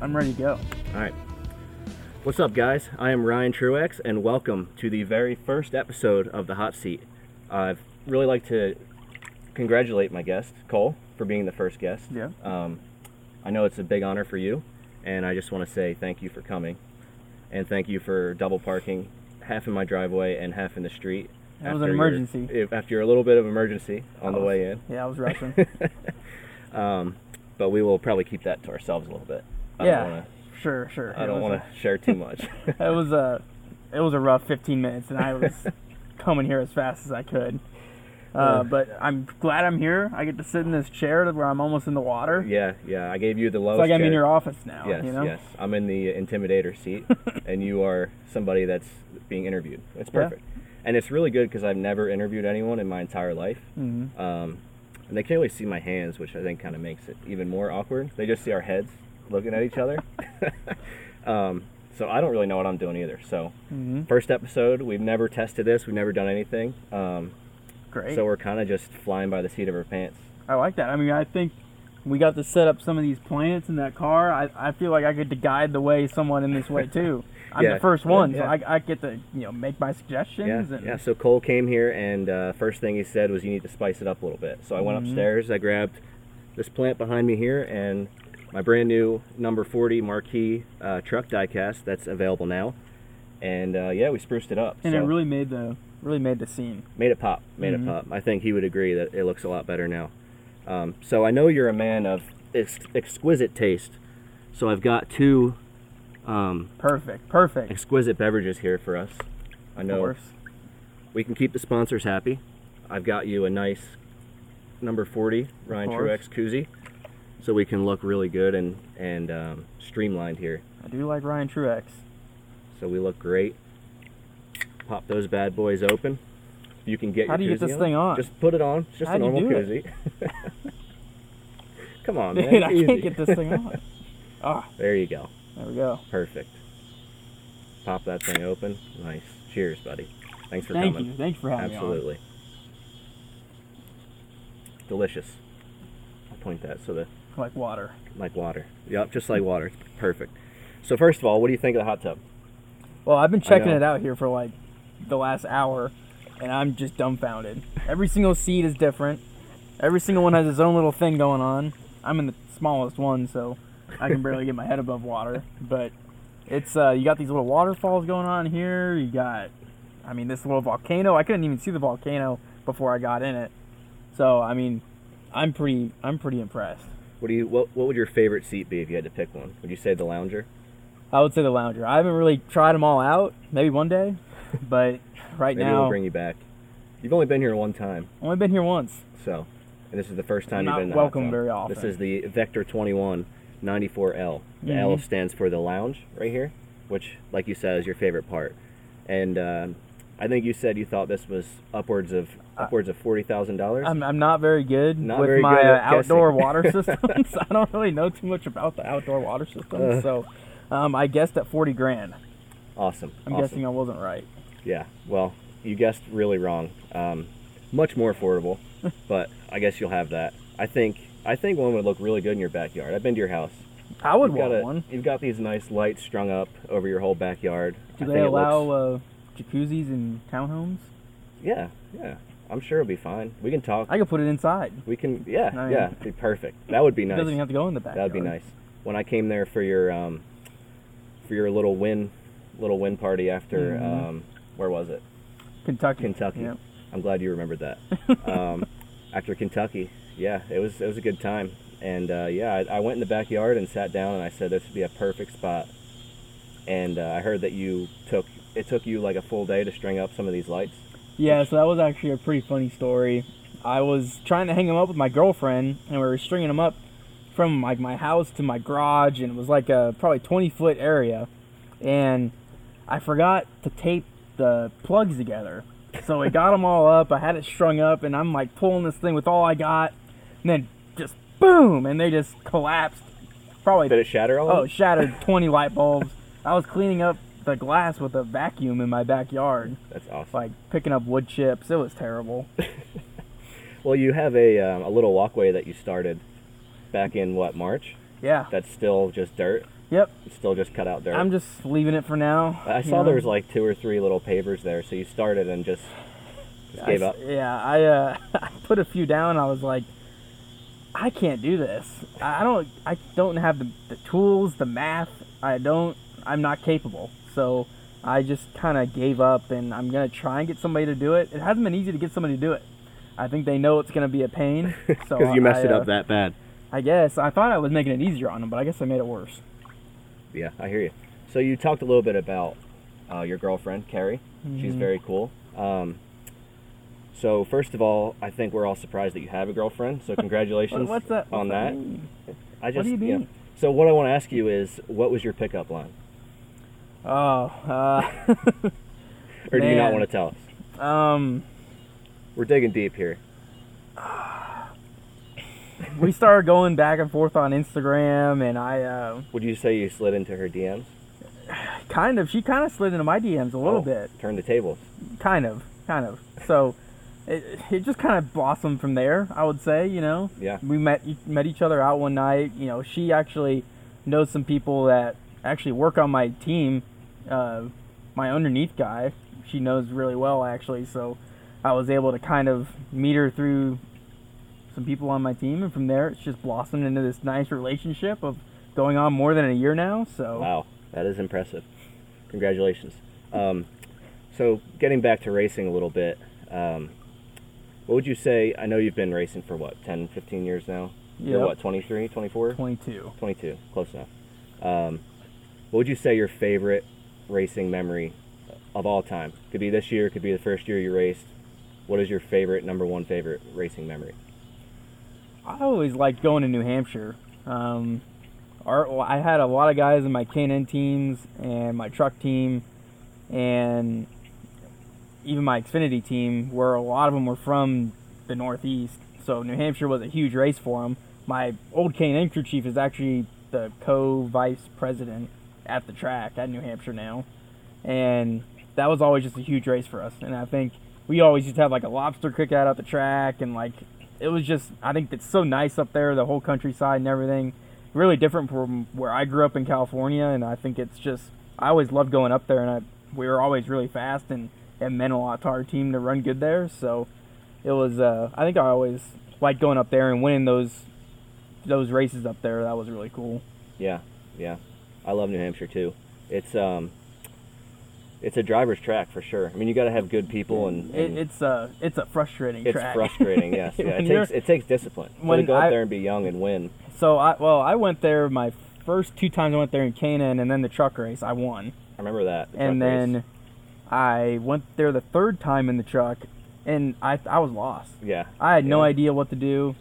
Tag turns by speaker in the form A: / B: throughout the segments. A: I'm ready to go.
B: All right. What's up, guys? I am Ryan Truex, and welcome to the very first episode of The Hot Seat. I'd really like to congratulate my guest, Cole, for being the first guest.
A: Yeah.
B: Um, I know it's a big honor for you, and I just want to say thank you for coming, and thank you for double parking half in my driveway and half in the street.
A: That was an
B: after your-
A: emergency.
B: if- after your little bit of emergency on the way in.
A: Yeah, I was rushing.
B: Um, but we will probably keep that to ourselves a little bit. I
A: yeah.
B: Don't wanna,
A: Sure, sure.
B: I don't want to share too much.
A: to. It was a, it was a rough 15 minutes, and I was coming here as fast as I could. Uh, but I'm glad I'm here. I get to sit in this chair where I'm almost in the water.
B: yeah, yeah. I gave you the lowest.
A: it's like I'm in
B: chair.
A: your office now.
B: Yes,
A: you know?
B: yes. I'm in the intimidator seat, and you are somebody that's being interviewed. It's
A: Yeah.
B: perfect, and it's really good because I've never interviewed anyone in my entire life.
A: Mhm.
B: Um, and they can't really see my hands, which I think kind of makes it even more awkward. They just see our heads looking at each other. um, so I don't really know what I'm doing either. So
A: Mhm.
B: first episode, we've never tested this, we've never done anything. Um,
A: Great.
B: so we're kind of just flying by the seat of our pants.
A: I like that. I mean, I think we got to set up some of these plants in that car. I, I feel like I get to guide the way someone in this way too. I'm
B: Yeah,
A: the first one,
B: yeah.
A: so I, I get to you know make my
B: Yeah,
A: suggestions. and
B: yeah. So Cole came here, and uh, first thing he said was, "You need to spice it up a little bit." So I went
A: Mm-hmm.
B: upstairs. I grabbed this plant behind me here, and my brand new number 40 marquee uh, truck diecast that's available now. And uh, yeah, we spruced it up.
A: and
B: so
A: it really Mm-hmm. made the really made the scene.
B: made it pop. Made it pop. I think he would agree that it looks a lot better now. Um, so I know you're a man of ex- exquisite taste. So I've got two um,
A: Perfect, perfect.
B: exquisite beverages here for us. I know
A: Of course.
B: we can keep the sponsors happy. I've got you a nice number 40 Ryan
A: Of course.
B: Truex koozie, so we can look really good and and um, streamlined here.
A: I do like Ryan Truex.
B: So we look great. Pop those bad boys open. You can get
A: How
B: your
A: do you get
B: koozie
A: this thing on?
B: Just put it on. It's just
A: How
B: a
A: do you
B: normal
A: do it?
B: koozie. Come on, man.
A: Dude,
B: it's
A: I
B: easy.
A: can't get this thing on. Ah,
B: There you go.
A: there we go.
B: Perfect. Pop that thing open. Nice. Cheers, buddy. Thanks for
A: Thank
B: coming.
A: you, thanks for having me.
B: Absolutely. Delicious. I'll point that so that
A: on. Like water.
B: like water. Yep, just like water. It's perfect. So first of all, what do you think of the hot tub?
A: Well, I've been checking
B: know.
A: it out here for like the last hour, and I'm just dumbfounded. Every single seed is different. Every single one has its own little thing going on. I'm in the smallest one, so I can barely get my head above water. But it's uh, you got these little waterfalls going on here. You got, I mean, this little volcano. I couldn't even see the volcano before I got in it. So I mean, I'm pretty, I'm pretty impressed.
B: What do you what, what would your favorite seat be if you had to pick one? Would you say the lounger?
A: I would say the lounger. I haven't really tried them all out. Maybe one day, but right
B: Maybe
A: now
B: we'll bring you back. You've only been here one time,
A: Only been here once.
B: so and this is the first time
A: Not
B: you've been in the hot
A: welcome
B: tub.
A: very often.
B: This is the Vector 21 94L. The L
A: Mhm.
B: stands for the lounge right here, which like you said is your favorite part. And um I think you said you thought this was upwards of upwards of $40,000.
A: Uh, I'm, I'm not very good
B: Not
A: with
B: very
A: my
B: good
A: uh,
B: at guessing.
A: outdoor water systems. I don't really know too much about the outdoor water
B: Uh.
A: systems, so um, I guessed at 40 grand.
B: Awesome.
A: I'm
B: awesome.
A: guessing I wasn't right.
B: Yeah. Well, you guessed really wrong. Um, much more affordable, but I guess you'll have that. I think I think one would look really good in your backyard. I've been to your house.
A: I would
B: You've got
A: want
B: a-
A: one.
B: You've got these nice lights strung up over your whole backyard.
A: Do
B: I
A: they
B: think it
A: allow
B: looks-
A: uh, jacuzzis in townhomes?
B: yeah. Yeah. I'm sure it'll be fine. We can talk.
A: I could put it inside.
B: we can. Yeah.
A: I mean-
B: yeah. It'd be perfect. That would be
A: It
B: nice.
A: doesn't even have to go in the back.
B: That would be nice. When I came there for your um, for your little win, little win party after
A: Mhm.
B: um, where was it?
A: Kentucky.
B: Kentucky.
A: Yep.
B: I'm glad you remembered that. um, after Kentucky, yeah, it was it was a good time, and uh, yeah, I, I went in the backyard and sat down, and I said this would be a perfect spot. And uh, I heard that you took it took you like a full day to string up some of these lights.
A: Yeah, so that was actually a pretty funny story. I was trying to hang them up with my girlfriend, and we were stringing them up from like my house to my garage, and it was like a probably 20 foot area. And I forgot to tape the plugs together, so we got them all up. I had it strung up, and I'm like pulling this thing with all I got, and then just boom, and they just collapsed. Probably
B: Did it shatter all? of
A: Oh,
B: them?
A: it shattered 20 light bulbs. I was cleaning up the glass with a vacuum in my backyard,
B: that's awesome.
A: like picking up wood chips. It was terrible.
B: Well, you have a um, a little walkway that you started back in what March
A: Yeah.
B: that's still just dirt.
A: Yep.
B: It's still just cut out dirt.
A: I'm just leaving it for now.
B: I
A: you
B: saw
A: know?
B: there was like two or three little pavers there, so you started and just, just
A: I
B: gave
A: s-
B: up.
A: Yeah, I uh, I put a few down. I was like, I can't do this. I I don't. I don't have the, the tools, the math. I don't. I'm not capable. So I just kind of gave up, and I'm gonna try and get somebody to do it. It hasn't been easy to get somebody to do it. I think they know it's gonna be a pain. So
C: Because you messed
A: I,
C: it
A: uh,
C: up that bad.
A: I guess I thought I was making it easier on them, but I guess I made it worse.
B: Yeah, I hear you. So you talked a little bit about uh, your girlfriend Carrie. She's
A: Mhm.
B: very cool. Um, so first of all, I think we're all surprised that you have a girlfriend. So
A: What,
B: congratulations
A: what's that?
B: on
A: what's
B: that.
A: mean?
B: I just
A: What do you
B: yeah.
A: mean?
B: So what I want to ask you is, what was your pickup line,
A: Oh, uh,
B: or do you not
A: Man.
B: want to tell us?
A: um,
B: We're digging deep here.
A: we started going back and forth on Instagram, and I uh,
B: Would you say you slid into her DMs?
A: kind of she kind of slid into my DMs a little
B: Oh,
A: bit,
B: Turn the tables.
A: kind of, kind of. So it, it just kind of blossomed from there. I would say, you know,
B: Yeah.
A: we met e, met each other out one night. You know, she actually knows some people that actually work on my team. Uh, my underneath guy, she knows really well actually. So I was able to kind of meet her through some people on my team, and from there it's just blossomed into this nice relationship of going on more than a year now. So
B: Wow, that is impressive. Congratulations. Um, so, getting back to racing a little bit, um, what would you say? I know you've been racing for what, 10, 15 years now? You're
A: Yep.
B: what, 23, 24?
A: 22.
B: 22, close enough. Um, what would you say your favorite racing memory of all time? Could be this year, could be the first year you raced. What is your favorite, number one favorite racing memory?
A: I always liked going to New Hampshire. Um, our, well, I had a lot of guys in my K&N teams and my truck team and even my Xfinity team, where a lot of them were from the Northeast. So New Hampshire was a huge race for them. My old K&N crew chief is actually the co-vice president at the track at New Hampshire now. And that was always just a huge race for us. And I think we always used to have like a lobster cookout at the track and like it was just I think it's so nice up there, the whole countryside and everything. Really different from where I grew up in California, and I think it's just I always loved going up there, and I we were always really fast, and it meant a lot to our team to run good there. So it was uh, I think I always liked going up there and winning those those races up there. That was really cool.
B: Yeah, yeah. I love New Hampshire too. It's um, it's a driver's track for sure. I mean, you got to have good people, and,
A: It,
B: and
A: it's a it's a frustrating
B: it's
A: track.
B: frustrating. Yes, yeah. It
A: When you're-
B: takes it takes discipline So to
A: when
B: go up
A: I-
B: there and be young and win.
A: So I well I went there my first two times I went there in Canaan, and then the truck race I won.
B: I remember that. the
A: and
B: truck race.
A: then I went there the third time in the truck, and I I was lost.
B: yeah,
A: I had no
B: Yeah.
A: idea what to do.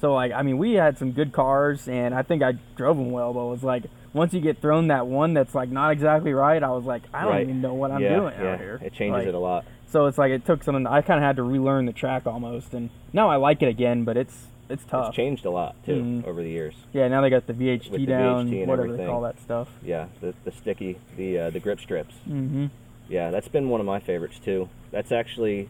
A: So like I mean, we had some good cars, and I think I drove them well. But it was like once you get thrown that one that's like not exactly right, I was like I don't
B: Right.
A: even know what I'm
B: yeah,
A: doing
B: yeah.
A: out here.
B: It changes
A: Like,
B: it a lot.
A: So it's like it took something. I kind of had to relearn the track almost, and now I like it again. But it's it's tough.
B: It's changed a lot too
A: Mhm.
B: over the years.
A: Yeah, now they got the VHT
B: With the
A: down,
B: VHT and
A: whatever they
B: everything.
A: call that stuff.
B: Yeah, the, the sticky, the uh, the grip strips.
A: Mm-hmm.
B: Yeah, that's been one of my favorites too. That's actually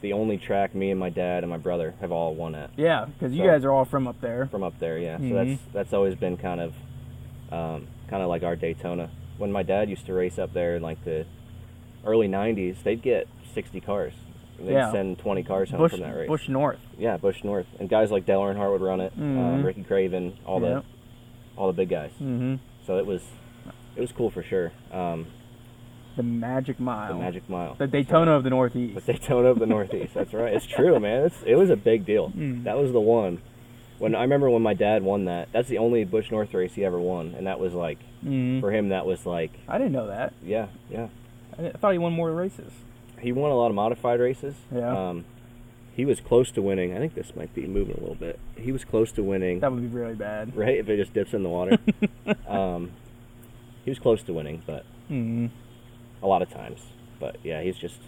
B: the only track me and my dad and my brother have all won at.
A: Yeah, because you
B: So-
A: guys are all from up there.
B: from up there. Yeah,
A: Mm-hmm.
B: so that's that's always been kind of um, kind of like our Daytona. When my dad used to race up there in like the early '90s, they'd get 60 cars. And They'd
A: Yeah.
B: send 20 cars home
A: Bush,
B: from that race.
A: Bush North.
B: Yeah, Bush North, and guys like Dale Earnhardt would run it. Um,
A: Mhm.
B: Ricky Craven, all
A: Yeah.
B: the all the big guys.
A: Mm-hmm.
B: So it was it was cool for sure. Um,
A: The Magic Mile.
B: the Magic Mile.
A: The Daytona of the Northeast.
B: But Daytona of the Northeast. That's right. It's true, man. It's, it was a big deal.
A: Hmm.
B: That was the one. When I remember when my dad won that. That's the only Bush North race he ever won, and that was like
A: Mm.
B: for him. That was like
A: I didn't know that.
B: yeah, yeah.
A: I didn't- I thought he won more races.
B: He won a lot of modified races.
A: Yeah.
B: Um, he was close to winning. I think this might be moving a little bit. He was close to winning.
A: That would be really bad.
B: Right if it just dips in the water. um, he was close to winning, but
A: Mm.
B: a lot of times. But yeah, he's just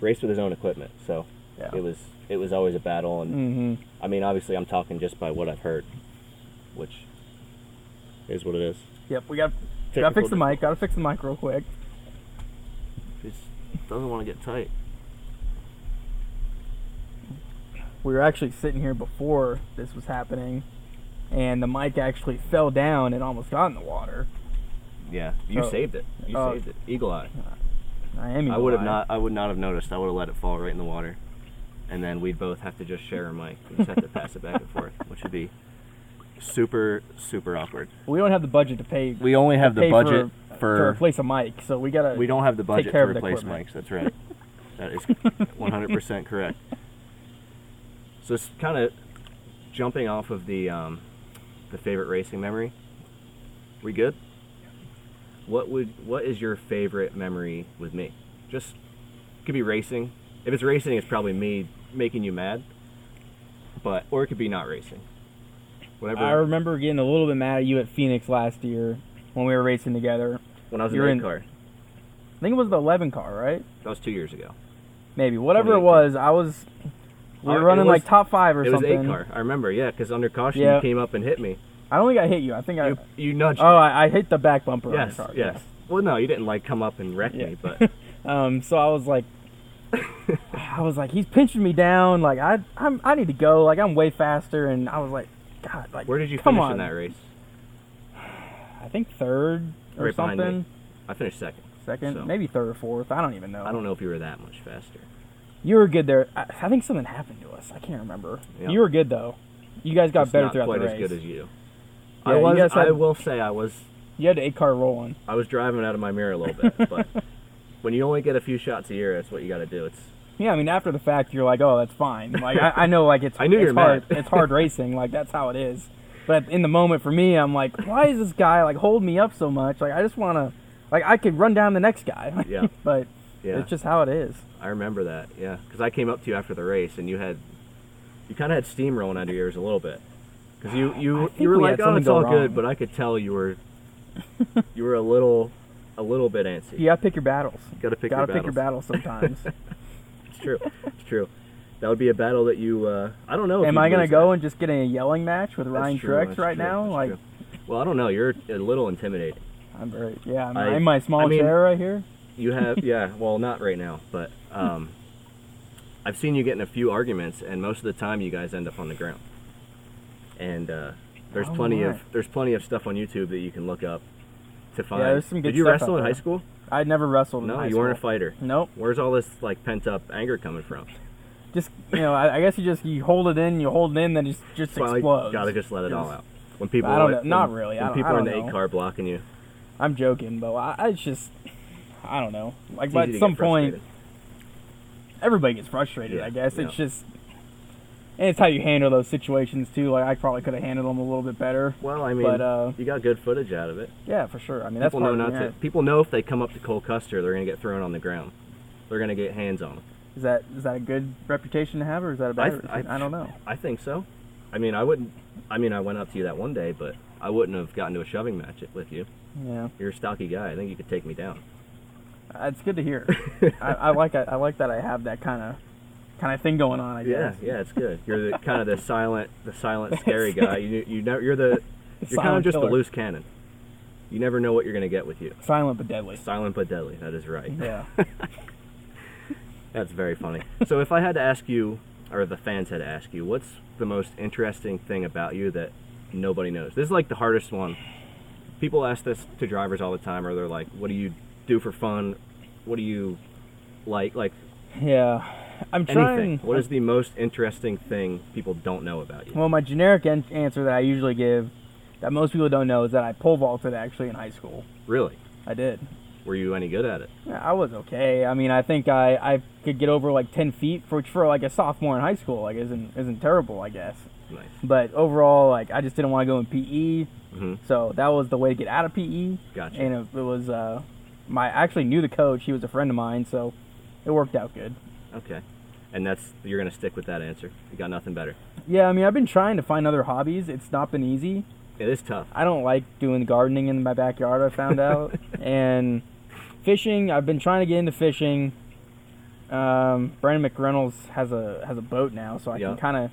B: raced with his own equipment, so
A: Yeah.
B: it was it was always a battle and.
A: hmm
B: I mean, obviously, I'm talking just by what I've heard, which is what it is.
A: Yep. We got gotta fix the
B: Technical
A: mic. Gotta fix the mic real quick.
B: It doesn't want to get tight.
A: We were actually sitting here before this was happening, and the mic actually fell down and almost got in the water.
B: Yeah, you
A: Oh.
B: saved it. You
A: Oh.
B: saved it. Eagle eye.
A: I am.
B: I would have
A: eagle-eyed.
B: not. I would not have noticed. I would have let it fall right in the water, and then we'd both have to just share a mic. We just have to pass it back and forth, which would be super super awkward.
A: We don't have the budget to pay.
B: We only have the
A: pay
B: budget
A: for, to
B: for.
A: replace a mic, so we gotta.
B: we don't have the budget to
A: care of the
B: replace
A: equipment.
B: mics. That's right. that is 100% correct. So it's kind of jumping off of the um, the favorite racing memory. We good? What would what is your favorite memory with me? Just could be racing. If it's racing, it's probably me making you mad. But or it could be not racing. Whatever.
A: I remember getting a little bit mad at you at Phoenix last year when we were racing together.
B: when I was in
A: you're
B: the
A: in-
B: car,
A: I think it was the 11 car, right?
B: that was two years ago.
A: Maybe whatever it was. I was. We
B: Uh,
A: were
B: it
A: running
B: was-
A: like top five or
B: It was
A: something.
B: eight car. I remember, yeah, because under caution
A: Yeah.
B: you came up and hit me.
A: I don't think I hit you. I think I.
B: You, you nudged.
A: oh, I, I hit the back bumper.
B: me. yes,
A: on your car.
B: yes. Well, no, you didn't like come up and wreck
A: Yeah.
B: me, but
A: Um, so I was like, I was like, he's pinching me down. Like I, I'm, I need to go. Like I'm way faster, and I was like, God, like
B: where did you
A: come
B: finish
A: on.
B: in that race?
A: I think third or
B: Right behind me.
A: something,
B: I finished second.
A: second,
B: So.
A: maybe third or fourth. I don't even know.
B: I don't know if you were that much faster.
A: You were good there. I, I think something happened to us. I can't remember.
B: Yeah.
A: You were good though. You guys got
B: Just
A: better
B: not
A: throughout
B: quite
A: the race.
B: as good as you.
A: Yeah,
B: I
A: you
B: was.
A: guys had-
B: I will say, I was.
A: you had the eight car rolling.
B: I was driving out of my mirror a little bit, but when you only get a few shots a year, that's what you got to do. It's
A: Yeah, I mean, after the fact, you're like, oh, that's fine. Like, I, I know, like, it's,
B: I knew
A: it's
B: you were
A: hard.
B: mad.
A: it's hard racing. Like, that's how it is. But in the moment, for me, I'm like, why is this guy like holding me up so much? Like, I just want to, like, I could run down the next guy.
B: Yeah.
A: but
B: yeah.
A: it's just how it is.
B: I remember that. Yeah, because I came up to you after the race, and you had, you kind of had steam rolling under your ears a little bit, because you
A: I
B: you
A: think
B: you were
A: we
B: like,
A: had
B: oh,
A: something
B: it's
A: go
B: all
A: wrong."
B: good, but I could tell you were, you were a little, a little bit antsy.
A: You gotta pick your battles.
B: Gotta pick
A: gotta
B: your
A: pick your battles
B: battles.
A: sometimes.
B: it's true. It's true. That would be a battle that you. Uh, I don't know. if
A: Am
B: you'd
A: I gonna
B: lose
A: go
B: that.
A: and just get in a yelling match with
B: That's
A: Ryan
B: true,
A: Trex
B: that's
A: right
B: true,
A: now?
B: that's
A: Like,
B: true. Well, I don't know. You're a little intimidating.
A: I'm very, yeah, I'm
B: I-
A: in my small
B: I mean-
A: chair right here.
B: You have, yeah. Well, not right now, but um, I've seen you get in a few arguments, and most of the time you guys end up on the ground. And uh, there's
A: Oh,
B: plenty
A: my.
B: of there's plenty of stuff on YouTube that you can look up to find.
A: there's some good
B: Did you
A: stuff
B: wrestle
A: out
B: in high
A: there.
B: school?
A: I never wrestled. in
B: No,
A: high
B: you weren't a
A: school.
B: fighter.
A: Nope.
B: Where's all this like pent up anger coming from?
A: just you know, I, I guess you just you hold it in, you hold it in, then it just just
B: Well, you
A: explodes.
B: gotta just let it all
A: Just-
B: out. When people,
A: I don't
B: are-
A: know. Not
B: when-
A: really.
B: When
A: I don't-
B: people
A: I
B: are in
A: don't
B: the
A: know.
B: eight car blocking you,
A: I'm joking, but I, I it's just I don't know. Like,
B: it's
A: but
B: easy to
A: at some
B: get
A: point,
B: frustrated.
A: everybody gets frustrated.
B: Yeah,
A: I guess it's
B: yeah.
A: just and it's how you handle those situations too. Like I probably could have handled them a little bit better.
B: Well, I mean,
A: but, uh,
B: you got good footage out of it.
A: Yeah, for sure. I mean, that's
B: people know
A: part
B: not
A: of the
B: to. People know if they come up to Cole Custer, they're gonna get thrown on the ground. They're gonna get hands on them.
A: Is that is that a good reputation to have, or is that a
B: I-
A: bad? reputation? I,
B: I-
A: don't know.
B: I think so. I mean, I wouldn't. I mean, I went up to you that one day, but I wouldn't have gotten to a shoving match with you.
A: Yeah,
B: You're a stocky guy. I think you could take me down.
A: it's good to hear. I, I like I, I like that I have that kind of kind of thing going on. I
B: Yeah,
A: guess.
B: yeah, it's good. You're the kind of the silent, the silent, scary guy. You you know, you're the you're kind
A: Silent
B: of just a
A: killer.
B: loose cannon. You never know what you're gonna get with you.
A: Silent but deadly.
B: Silent but deadly. That is right.
A: Yeah.
B: That's very funny. so if I had to ask you, or the fans had to ask you, what's the most interesting thing about you that nobody knows? This is like the hardest one. People ask this to drivers all the time, or they're like, "What do you do for fun? What do you like? Like
A: Yeah, I'm trying.
B: anything? What is the most interesting thing people don't know about you?"
A: Well, my generic an- answer that I usually give, that most people don't know, is that I pole vaulted actually in high school.
B: Really?
A: I did.
B: Were you any good at it?
A: Yeah, I was okay. I mean, I think I, I could get over like ten feet, which for like a sophomore in high school, like isn't isn't terrible, I guess.
B: Nice.
A: But overall, like I just didn't want to go in PE,
B: hmm
A: so that was the way to get out of PE.
B: Gotcha.
A: And it, it was uh, my I actually knew the coach; he was a friend of mine, so it worked out good.
B: Okay. And that's you're gonna stick with that answer. You got nothing better.
A: Yeah, I mean, I've been trying to find other hobbies. It's not been easy.
B: It is tough.
A: I don't like doing gardening in my backyard. I found out, and fishing. I've been trying to get into fishing. Um, Brandon McReynolds has a has a boat now, so I
B: Yeah.
A: can kind of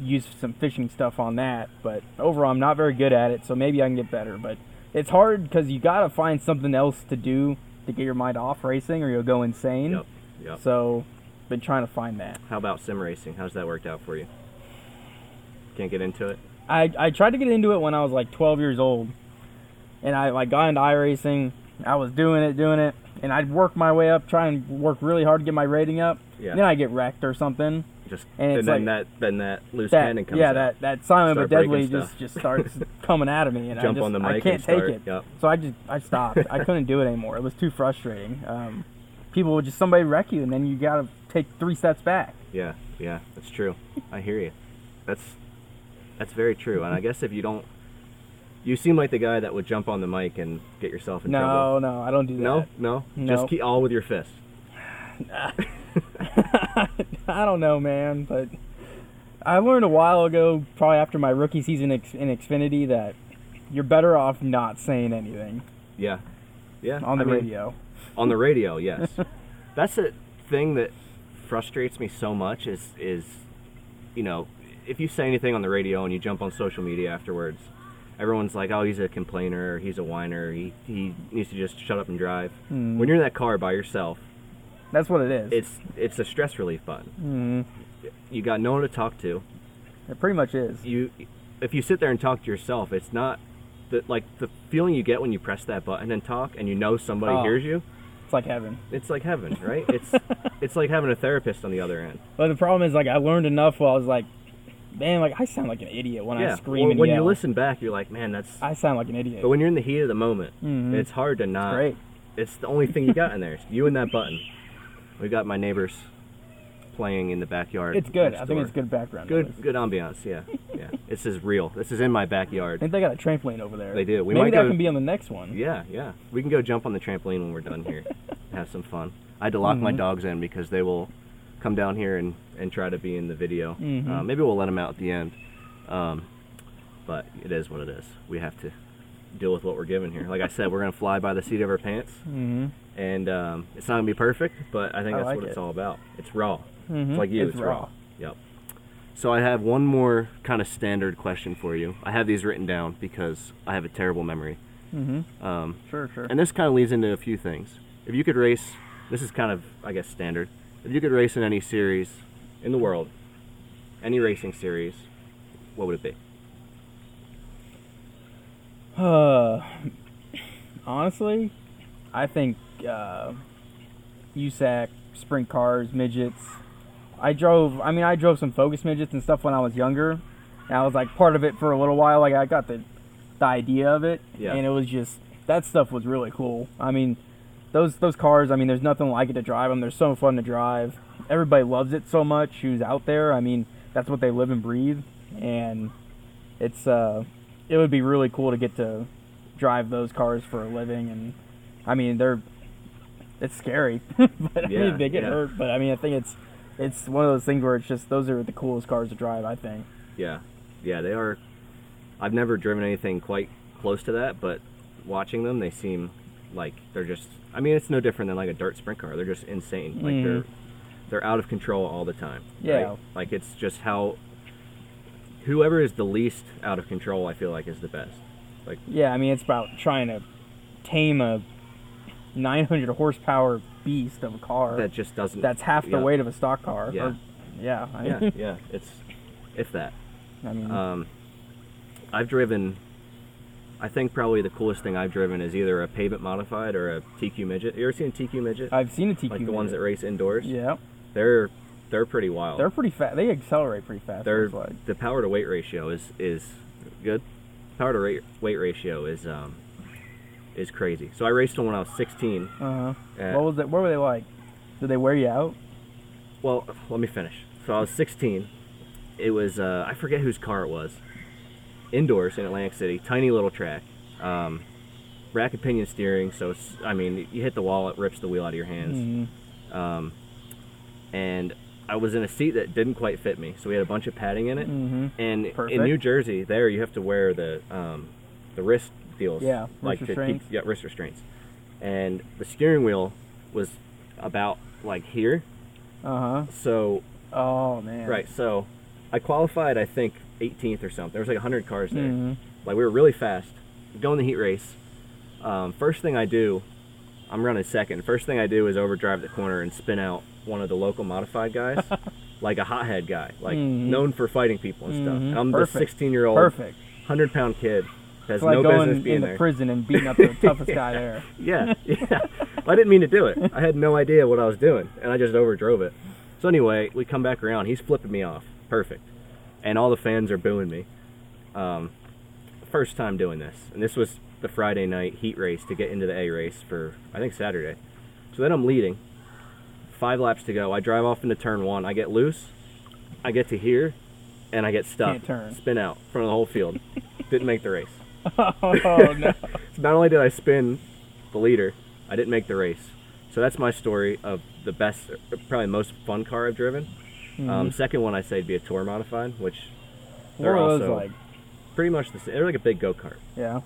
A: use some fishing stuff on that. But overall, I'm not very good at it, so maybe I can get better. But it's hard because you gotta find something else to do to get your mind off racing, or you'll go insane.
B: Yep. Yep.
A: So, been trying to find that.
B: How about sim racing? How's that worked out for you? Can't get into it.
A: I, I tried to get into it when I was like 12 years old, and I like got into iRacing. I was doing it, doing it, and I'd work my way up, try and work really hard to get my rating up.
B: Yeah.
A: Then I get wrecked or something.
B: Just
A: And
B: and,
A: it's
B: then
A: like-
B: that then that loose
A: That
B: cannon comes
A: yeah,
B: out.
A: that that Silent
B: Start
A: but Deadly
B: breaking
A: just
B: stuff.
A: just starts coming out of me, and I
B: Jump
A: just
B: on the
A: I
B: mic
A: can't
B: and start.
A: take it.
B: Yep.
A: So I just I stopped. I couldn't do it anymore. It was too frustrating. Um, people would just somebody wreck you, and then you gotta take three steps back.
B: Yeah, yeah, that's true. I hear you. That's that's very true. And I guess if you don't, you seem like the guy that would jump on the mic and get yourself in trouble.
A: No, no, I don't do that.
B: No, no,
A: No.
B: just keep all with your fist.
A: I don't know, man, but I learned a while ago, probably after my rookie season ex- in Xfinity, that you're better off not saying anything
B: Yeah, yeah.
A: on the
B: I mean,
A: radio.
B: On the radio, yes. That's a thing that frustrates me so much. Is is you know, if you say anything on the radio and you jump on social media afterwards, everyone's like, "Oh, he's a complainer. He's a whiner. He he needs to just shut up and drive."
A: Mm.
B: When you're in that car by yourself,
A: That's what it is.
B: it's it's a stress relief button.
A: mm,
B: You got no one to talk to.
A: it pretty much is.
B: You if you sit there and talk to yourself, it's not the, like the feeling you get when you press that button and talk and you know somebody
A: Oh.
B: hears you.
A: It's like heaven.
B: It's like heaven, right? It's it's like having a therapist on the other end.
A: But the problem is, like, I learned enough while I was like, man, like, I sound like an idiot when
B: yeah.
A: I scream
B: or
A: and
B: when
A: yell.
B: you listen back, you're like, man, that's.
A: I sound like an idiot.
B: But when you're in the heat of the moment,
A: Mhm.
B: it's hard to not.
A: Great.
B: It's the only thing you got in there. It's you and that button. We got my neighbors playing in the backyard.
A: It's good.
B: next
A: I think it's
B: door.
A: good background. noise.
B: Good, good ambiance. Yeah, yeah. this is real. This is in my backyard.
A: I think they got a trampoline over there.
B: They do. We
A: Maybe
B: might
A: that
B: go-
A: can be on the next one.
B: Yeah, yeah. We can go jump on the trampoline when we're done here. and have some fun. I had to lock my
A: Mm-hmm.
B: dogs in because they will come down here and, and try to be in the video.
A: Mhm.
B: Uh, maybe we'll let them out at the end. Um, but it is what it is. We have to deal with what we're given here. Like I said, we're going to fly by the seat of our pants.
A: Mm-hmm.
B: And um, it's not going to be perfect, but I think
A: I
B: that's
A: like
B: what
A: it.
B: it's all about. It's raw.
A: Mhm.
B: It's like you.
A: It's
B: It's,
A: raw.
B: raw. Yep. So I have one more kind of standard question for you. I have these written down because I have a terrible memory.
A: Mm-hmm.
B: Um,
A: Sure, sure.
B: and this kind of leads into a few things. If you could race, this is kind of, I guess, standard. If you could race in any series in the world, any racing series, what would it be?
A: Uh, honestly, I think uh, USAC, sprint cars, midgets. I drove. I mean, I drove some Focus midgets and stuff when I was younger. And I was like part of it for a little while. Like I got the the idea of it,
B: Yeah.
A: and it was just that stuff was really cool. I mean, those those cars. I mean, there's nothing like it to drive them. They're so fun to drive. Everybody loves it so much. Who's out there? I mean, that's what they live and breathe, and it's uh, it would be really cool to get to drive those cars for a living. And I mean, they're it's scary, but I
B: Yeah,
A: mean, they get
B: yeah.
A: hurt. But I mean, I think it's it's one of those things where it's just those are the coolest cars to drive. I think.
B: Yeah, yeah, they are. I've never driven anything quite close to that, but watching them, they seem like they're just. I mean, it's no different than like a dirt sprint car. They're just insane. Like
A: Mhm.
B: they're they're out of control all the time.
A: Yeah.
B: right? like it's just how whoever is the least out of control, I feel like, is the best. Like
A: Yeah, I mean, it's about trying to tame a 900 horsepower beast of a car
B: that just doesn't.
A: that's half the
B: yeah.
A: weight of a stock car.
B: Yeah.
A: Or- yeah. I,
B: yeah, yeah. It's it's that.
A: I mean,
B: Um, I've driven. I think probably the coolest thing I've driven is either a pavement modified or a TQ midget. You ever seen a TQ midget?
A: I've seen a TQ.
B: like the ones that
A: midget.
B: race indoors.
A: Yeah,
B: They're they're pretty wild.
A: they're pretty fast. They accelerate pretty fast.
B: They're-
A: looks like.
B: the power to weight ratio is is good. Power to rate, weight ratio is um is crazy. So I raced one when I was 16.
A: Uh-huh.
B: at-
A: what was it? What were they like? Did they wear you out?
B: Well, let me finish. So I was 16. It was uh, I forget whose car it was. Indoors in Atlantic City, tiny little track, um, rack and pinion steering. So it's, I mean, you hit the wall, it rips the wheel out of your hands.
A: Mhm.
B: Um, and I was in a seat that didn't quite fit me, so we had a bunch of padding in it.
A: Mhm.
B: And
A: Perfect.
B: in New Jersey, there you have to wear the um, the wrist deals,
A: Yeah, wrist
B: like to keep
A: restraints.
B: yeah, wrist restraints. And the steering wheel was about like here,
A: Uh huh.
B: so
A: Oh man.
B: Right. So I qualified, I think, 18th or something. There was like 100 cars there.
A: Mhm.
B: Like we were really fast. Going the heat race. Um, first thing I do, I'm running second. First thing I do is overdrive the corner and spin out one of the local modified guys, like a hothead guy, like
A: Mhm.
B: known for fighting people and stuff.
A: Mhm.
B: And I'm
A: Perfect.
B: the 16 year old,
A: Perfect.
B: 100 pound kid Has
A: It's like
B: no
A: going
B: business being
A: into
B: there.
A: prison and beating up the toughest guy there.
B: yeah, yeah. I didn't mean to do it. I had no idea what I was doing, and I just overdrove it. So anyway, we come back around. He's flipping me off. Perfect. And all the fans are booing me. Um, first time doing this, and this was the Friday night heat race to get into the A race for I think Saturday. So then I'm leading. Five laps to go. I drive off into turn one. I get loose. I get to here, and I get stuck.
A: Can't turn.
B: Spin out in front of the whole field. Didn't make the race.
A: Oh no!
B: So not only did I spin the leader, I didn't make the race. So that's my story of the best, probably most fun car I've driven. Um, second one I say would be a tour modified, which
A: Mm-hmm. What
B: they're
A: was
B: also
A: like?
B: pretty much the same. They're like a big go kart,
A: Yeah,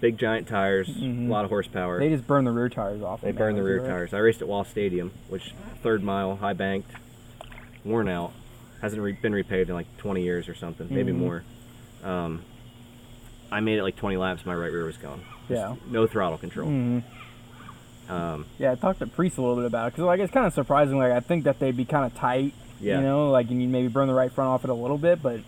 B: big giant tires,
A: Mhm.
B: a lot of horsepower.
A: they just burn the rear tires off.
B: They
A: them
B: burned the
A: now,
B: rear
A: right?
B: tires. I raced at Wall Stadium, which third mile, high banked, worn out, hasn't re- been repaved in like 20 years or something, maybe
A: Mhm.
B: more. Um, I made it like 20 laps. My right rear was gone. Just
A: Yeah. Mm-hmm.
B: No throttle control.
A: Mhm.
B: Um,
A: Yeah, I talked to Priest a little bit about it because like it's kind of surprising. Like I think that they'd be kind of tight.
B: Yeah.
A: You know, like and you maybe burn the right front off it a little bit, but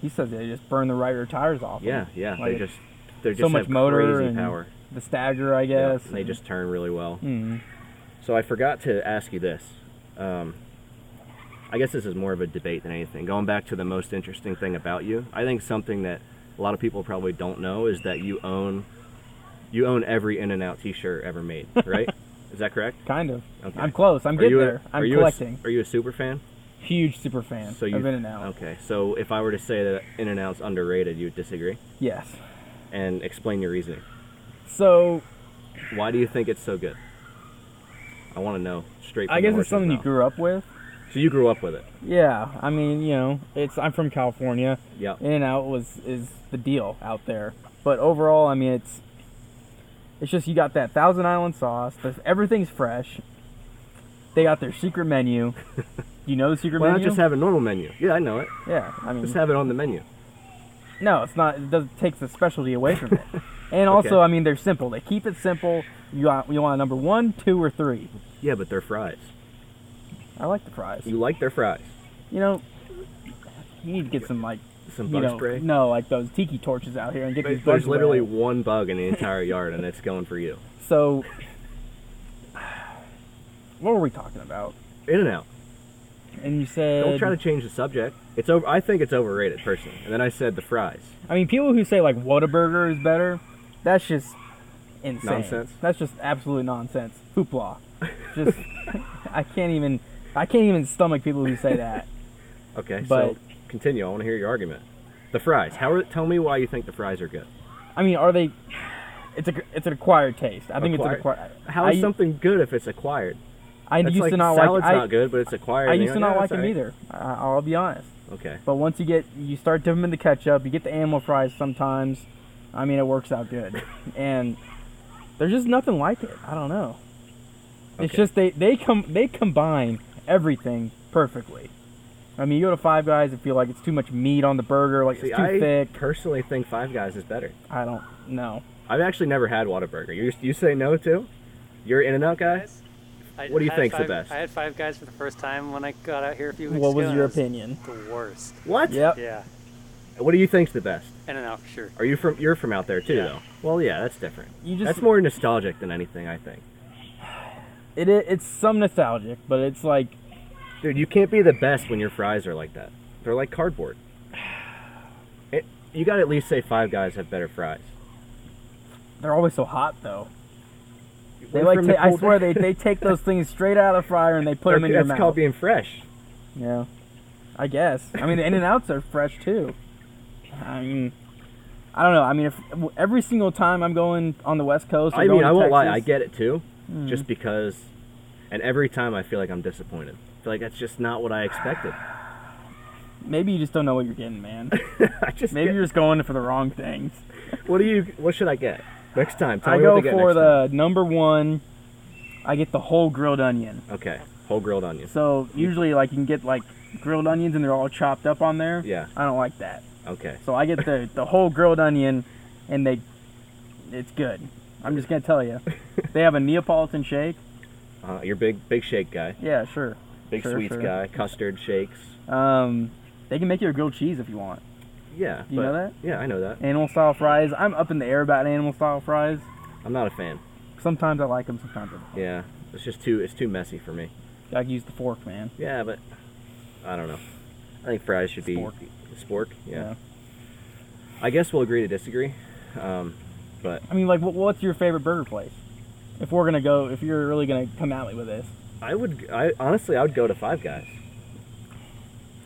A: he says they just burn the right rear tires off. them.
B: yeah, yeah.
A: Like,
B: they just they just
A: so much
B: have
A: motor
B: crazy
A: and-
B: power.
A: the stagger, I
B: Yeah,
A: guess.
B: and they just turn really well.
A: Mhm.
B: So I forgot to ask you this. Um, I guess this is more of a debate than anything. Going back to the most interesting thing about you, I think something that a lot of people probably don't know is that you own you own every In and Out T-shirt ever made, right? is that correct?
A: Kind of.
B: Okay.
A: I'm close. I'm getting
B: you a-
A: there. I'm
B: are you a s-
A: collecting.
B: are you a super fan?
A: Huge super fan
B: So you
A: of In and Out.
B: Okay, so if I were to say that In and Out's underrated, you would disagree
A: Yes.
B: and explain your reasoning.
A: So
B: Why do you think it's so good? I want to know straight. From
A: I guess
B: the
A: it's something you
B: horse's mouth.
A: grew up with.
B: So you grew up with it.
A: Yeah, I mean, you know, it's I'm from California.
B: Yeah.
A: In and out was is the deal out there. But overall, I mean, it's it's just you got that Thousand Island sauce. There's, everything's fresh. They got their secret menu. you know the secret
B: Why not
A: menu?
B: just have a normal menu? Yeah, I know it.
A: yeah, I mean,
B: Just have it on the menu.
A: no, it's not. It does takes the specialty away from it. And also,
B: Okay.
A: I mean, they're simple. They keep it simple. You want you want a number one, two, or three.
B: Yeah, but they're fries.
A: I like the fries.
B: You like their fries?
A: You know, you need to get some like
B: Some
A: you
B: bug
A: know,
B: spray.
A: no, like those tiki torches out here and get
B: There's,
A: these bugs
B: there's
A: away.
B: literally one bug in the entire yard, and it's going for you.
A: So, what were we talking about?
B: In and out.
A: And you said,
B: Don't try to change the subject. It's over. I think it's overrated personally. And then I said the fries.
A: I mean, people who say like Whataburger is better, that's just insane.
B: Nonsense.
A: That's just absolute nonsense. Hoopla. Just, I can't even, I can't even stomach people who say that.
B: Okay,
A: But-
B: so continue. I want to hear your argument. The fries. How are? Tell me why you think the fries are good.
A: I mean, are they? It's a, it's an acquired taste. I think it's an
B: Acquired?
A: acquired.
B: How is
A: I,
B: something good if it's acquired?
A: I
B: That's
A: used
B: like
A: to not like.
B: salad's
A: I,
B: not good, but it's acquired.
A: I
B: and
A: used to
B: you're
A: not
B: "Yeah,
A: like
B: it's
A: them
B: all right."
A: either. I, I'll be honest.
B: Okay.
A: But once you get you start dipping them in the ketchup, you get the animal fries sometimes. I mean, it works out good, and there's just nothing like it. I don't know. It's
B: Okay.
A: just they they com- they combine everything perfectly. I mean, you go to Five Guys and feel like it's too much meat on the burger, like
B: See,
A: it's too
B: I
A: thick.
B: personally think Five Guys is better.
A: I don't know.
B: I've actually never had Whataburger. You you say no to? You're an In-N-Out guy.
C: guys. I
B: What do you
C: had
B: think's the
C: five-
B: best?
C: I had five guys for the first time when I got out here a few weeks
A: What
C: ago.
A: was
C: and
A: your
C: it
A: opinion?
C: The worst.
B: What?
A: Yep.
C: Yeah,
B: What do you think's the best?
C: in and out for sure.
B: Are you from? You're from out there too,
C: Yeah.
B: though. Well, yeah, that's different.
A: You just
B: that's more nostalgic than anything, I think.
A: it, it it's some nostalgic, but it's like
B: Dude, you can't be the best when your fries are like that. They're like cardboard. It, you got to at least say Five Guys have better fries.
A: they're always so hot though. They
B: We're
A: like
B: from
A: ta- I
B: Nicole-
A: swear they, they take those things straight out of the fryer and they put them in
B: That's
A: your mouth.
B: called being fresh.
A: Yeah, I guess. I mean, the in and outs are fresh too. I mean, I don't know. I mean, if every single time I'm going on the West Coast, or
B: I
A: going
B: mean,
A: to
B: I won't lie.
A: Texas- Hmm.
B: I get it too, just because. And every time I feel like I'm disappointed. I feel like that's just not what I expected.
A: Maybe you just don't know what you're getting, man.
B: I just
A: Maybe
B: get-
A: you're just going for the wrong things.
B: What do you? What should I get next time? Tell
A: I
B: me
A: go
B: what to get
A: for
B: next
A: the number one. I get the whole grilled onion.
B: Time. Okay, whole grilled onions.
A: So usually, like you can get like grilled onions and they're all chopped up on there.
B: Yeah.
A: I don't like that.
B: Okay.
A: So I get the the whole grilled onion, and they, it's good. I'm just gonna tell you, they have a Neapolitan shake.
B: Uh, you're big, big shake guy,
A: Yeah, sure.
B: big
A: Sure,
B: sweets
A: sure.
B: guy, custard shakes.
A: Um, they can make you a grilled cheese if you want.
B: Yeah.
A: You know that?
B: Yeah, I know that.
A: Animal style fries. I'm up in the air about animal style fries.
B: I'm not a fan.
A: Sometimes I like them, sometimes I don't.
B: Yeah, it's just too it's too messy for me.
A: Gotta use the fork, man.
B: Yeah, but I don't know. I think fries should be
A: Spork.
B: spork, yeah. I guess we'll agree to disagree. Um, but
A: I mean, like, what, what's your favorite burger place? If we're gonna go, if you're really gonna come at me with this,
B: I would I honestly I would go to Five Guys.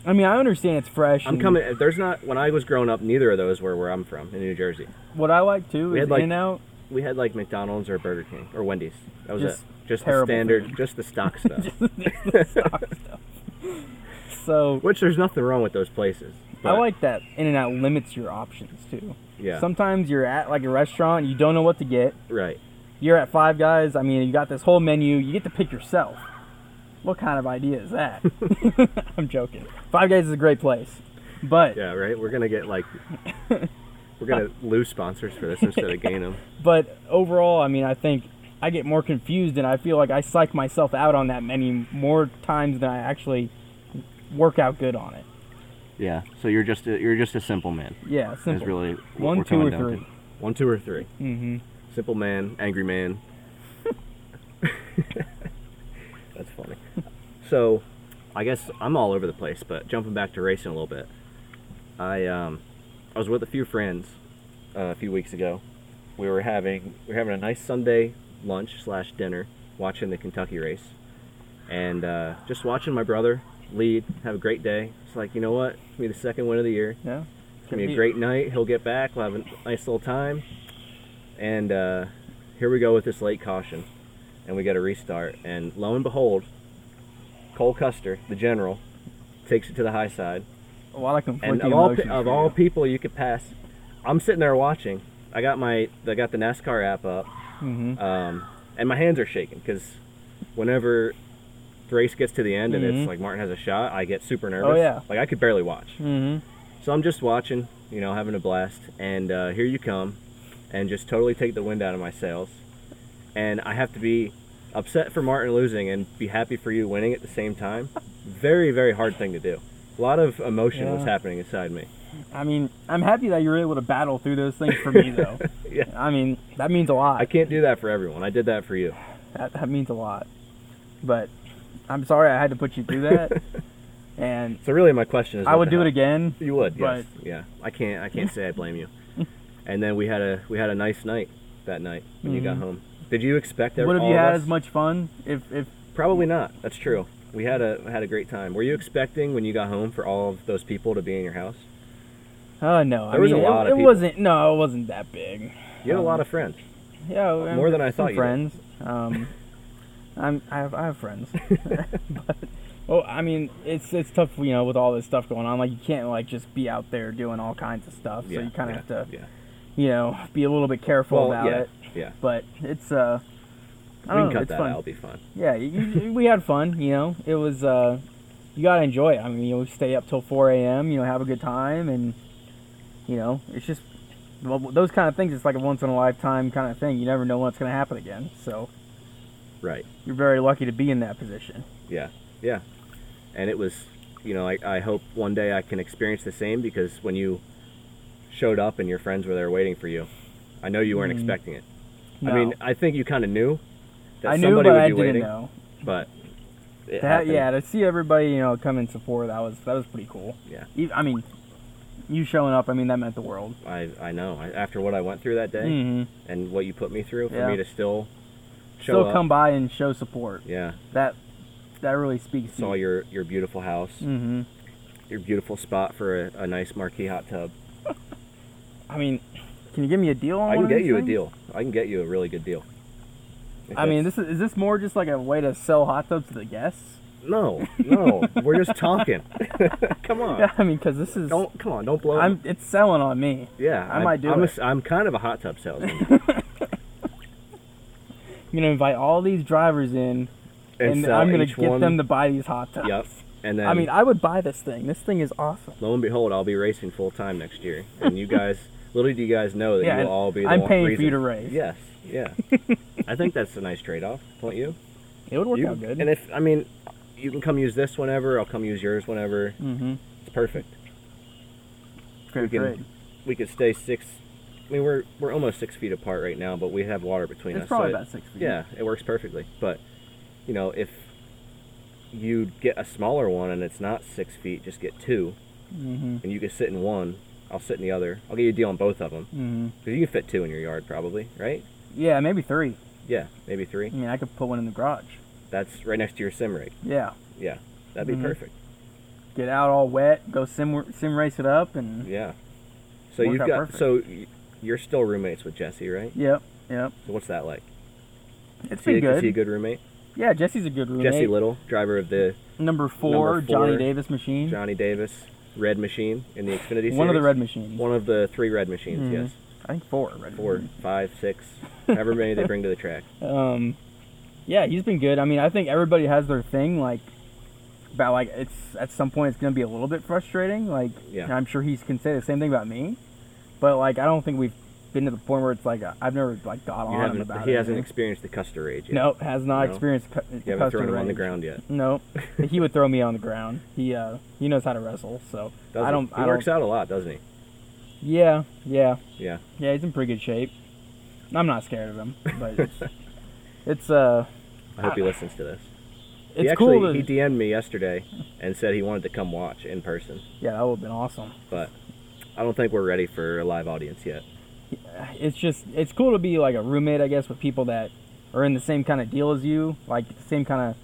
A: I mean, I understand it's fresh.
B: I'm
A: and
B: coming. if There's not when I was growing up. Neither of those were where I'm from in New Jersey.
A: What I like too
B: We
A: is
B: had, like,
A: In and Out.
B: We had like McDonald's or Burger King or Wendy's. That was
A: Just
B: it. Just the
A: terrible
B: standard,
A: food.
B: just the stock stuff.
A: So
B: Which there's nothing wrong with those places. But
A: I like that In and Out limits your options too.
B: yeah,
A: Sometimes you're at like a restaurant, you don't know what to get.
B: right.
A: You're at Five Guys. I mean, you got this whole menu. You get to pick yourself. What kind of idea is that? I'm joking. Five Guys is a great place, but
B: Yeah, right. We're gonna get like we're gonna lose sponsors for this instead of gain them.
A: but overall, I mean, I think I get more confused, and I feel like I psych myself out on that menu more times than I actually work out good on it.
B: Yeah. So you're just a, you're just a simple man.
A: Yeah, simple.
B: Is really what
A: One,
B: we're
A: two, or
B: coming down to.
A: three.
B: One, two, or three.
A: Mm-hmm.
B: Simple man, angry man. That's funny. So, I guess I'm all over the place, but jumping back to racing a little bit, I um, I was with a few friends uh, a few weeks ago. We were having we were having a nice Sunday lunch slash dinner, watching the Kentucky race, and uh, just watching my brother lead, have a great day. It's like you know what, it's gonna be the second win of the year.
A: Yeah.
B: It's gonna be a great night. He'll get back. We'll have a nice little time. And uh, here we go with this late caution, and we got a restart. And lo and behold, Cole Custer, the general, takes it to the high side.
A: A lot of
B: And
A: conflicting
B: of all,
A: emotions
B: pe- of
A: for
B: all
A: you.
B: people you could pass, I'm sitting there watching. I got my I got the NASCAR app up,
A: Mhm.
B: um, and my hands are shaking because whenever the race gets to the end and
A: Mhm.
B: it's like Martin has a shot, I get super nervous.
A: Oh, yeah.
B: like I could barely watch.
A: Mhm.
B: So I'm just watching, you know, having a blast, and uh, here you come, and just totally take the wind out of my sails. And I have to be upset for Martin losing and be happy for you winning at the same time. Very, very hard thing to do. A lot of emotion was
A: Yeah.
B: happening inside me.
A: I mean, I'm happy that you were able to battle through those things for me, though.
B: Yeah.
A: I mean, that means a lot.
B: I can't do that for everyone. I did that for you.
A: that, that means a lot. But I'm sorry I had to put you through that. and
B: So really, my question is,
A: I
B: what
A: would
B: the
A: do
B: hell-
A: it again.
B: You would, yes.
A: Right.
B: Yeah. I can't. I can't say I blame you. And then we had a we had a nice night that night when you got
A: Mhm.
B: home. Did you expect that?
A: Would have
B: all
A: you
B: of
A: had
B: us-
A: as much fun if, if
B: Probably not. That's true. We had a had a great time. Were you expecting when you got home for all of those people to be in your house?
A: Oh no!
B: There
A: I
B: was
A: mean,
B: a lot
A: it,
B: of
A: it
B: people.
A: wasn't. No, it wasn't that big.
B: You had
A: Um,
B: a lot of friends.
A: Yeah, I'm-
B: More than I
A: some
B: thought you did.
A: Friends. Um, I'm. I have. I have friends. but, well, I mean, it's it's tough. You know, with all this stuff going on, like you can't like just be out there doing all kinds of stuff. so you kind of
B: yeah,
A: have to,
B: Yeah.
A: you know, be a little bit careful
B: Well,
A: about
B: yeah,
A: it.
B: yeah.
A: But it's uh, I
B: We
A: don't
B: can
A: know.
B: cut
A: Oh, it's
B: that
A: fun.
B: out. It'll be fun.
A: Yeah, you, you, we had fun. You know, it was. Uh, you gotta enjoy it. I mean, you know, stay up till four a.m. You know, have a good time, and you know, it's just well, those kind of things. It's like a once in a lifetime kind of thing. You never know when it's gonna happen again. So
B: Right.
A: you're very lucky to be in that position.
B: Yeah. Yeah. And it was, you know, I, I hope one day I can experience the same because when you showed up and your friends were there waiting for you, I know you weren't
A: Mhm.
B: expecting it.
A: No.
B: I mean, I think you kind of knew that
A: I knew,
B: somebody
A: but
B: would
A: I
B: be
A: didn't
B: waiting,
A: know.
B: but it
A: To ha-
B: happened.
A: yeah, to see everybody, you know, come and support that was that was pretty cool.
B: Yeah.
A: E- I mean, you showing up, I mean, that meant the world.
B: I, I know. I, after what I went through that day,
A: hmm
B: and what you put me through for
A: Yeah.
B: me to still show
A: Still
B: up.
A: come by and show support.
B: yeah,
A: That that really speaks.
B: saw your your beautiful house,
A: hmm
B: your beautiful spot for a, a nice marquee hot tub.
A: I mean, can you give me a deal on
B: I
A: one
B: can
A: of
B: get
A: these
B: you a
A: things?
B: deal. I can get you a really good deal. If
A: I mean,
B: that's-
A: this is, is this more just like a way to sell hot tubs to the guests?
B: no, no, we're just talking. come on,
A: Yeah, I mean, because this is
B: don't come on, don't blow.
A: I'm it's selling on me.
B: yeah,
A: I might do
B: I'm, a
A: it.
B: s- I'm kind of a hot tub salesman,
A: I'm gonna invite all these drivers in, and,
B: sell
A: I'm gonna
B: each
A: get
B: one-
A: them to buy these hot tubs.
B: Yep, and then
A: I mean, I would buy this thing. This thing is awesome.
B: lo and behold, I'll be racing full time next year, and you guys. Little do you guys know that
A: Yeah,
B: you'll
A: and
B: all be. The
A: I'm
B: one
A: paying for
B: reason.
A: you to race.
B: Yes, yeah. I think that's a nice trade-off, don't you?
A: It would work
B: You-
A: out good.
B: And if I mean,
A: Mm-hmm.
B: you can come use this whenever. I'll come use yours whenever.
A: hmm
B: It's perfect.
A: Fair
B: we can-
A: trade.
B: we could stay six. I mean, we're we're almost six feet apart right now, but we have water between
A: It's
B: us.
A: probably
B: so it-
A: about six feet.
B: yeah, it works perfectly. But you know, if you get a smaller one and it's not six feet, just get two,
A: Mm-hmm.
B: and you can sit in one. I'll sit in the other. I'll get you a deal on both of them
A: Mm-hmm.
B: because you can fit two in your yard probably, right?
A: Yeah, maybe three.
B: Yeah, maybe
A: I
B: three.
A: mean, I could put one in the garage.
B: That's right next to your sim rig.
A: Yeah,
B: Yeah, that'd be
A: Mhm.
B: perfect.
A: get out all wet, go sim sim race it up, and
B: Yeah. So
A: Worked
B: you've
A: out
B: got
A: perfect.
B: so so y- you're still roommates with Jesse, right?
A: yep, yep.
B: So what's that like?
A: It's
B: Is he,
A: been
B: is
A: good.
B: he a good roommate?
A: Yeah, Jesse's a good roommate.
B: Jesse Little, driver of the
A: Number four,
B: Number
A: Johnny
B: four,
A: Davis machine.
B: Johnny Davis Red Machine in the Xfinity series.
A: one of the red machines.
B: One of the three Red Machines.
A: Mhm.
B: Yes,
A: I think four red
B: four,
A: machines.
B: five, six, however many they bring to the track.
A: Um, yeah, he's been good. I mean, I think everybody has their thing. Like about like it's at some point it's gonna be a little bit frustrating. Like
B: Yeah.
A: and I'm sure he's can say the same thing about me, but like I don't think we've been to the point where it's like i I've never like got
B: You
A: on him
B: haven't-
A: about
B: he
A: it.
B: hasn't experienced the Custer Rage yet.
A: Nope, has not
B: No.
A: experienced. Cu-
B: you haven't thrown
A: custom
B: him on the
A: range.
B: ground yet.
A: No, he would throw me on the ground. He uh he knows how to wrestle, so
B: Does
A: I
B: he?
A: don't.
B: He
A: I don't.
B: works out a lot, doesn't he?
A: Yeah, yeah,
B: Yeah.
A: yeah. He's in pretty good shape. I'm not scared of him, but it's, it's uh
B: I hope he listens to this.
A: it's
B: he actually
A: cool. To,
B: he DM'd me yesterday and said he wanted to come watch in person,
A: yeah, that would have been awesome.
B: but I don't think we're ready for a live audience yet.
A: It's just it's cool to be like a roommate, I guess, with people that are in the same kind of deal as you, like the same kind of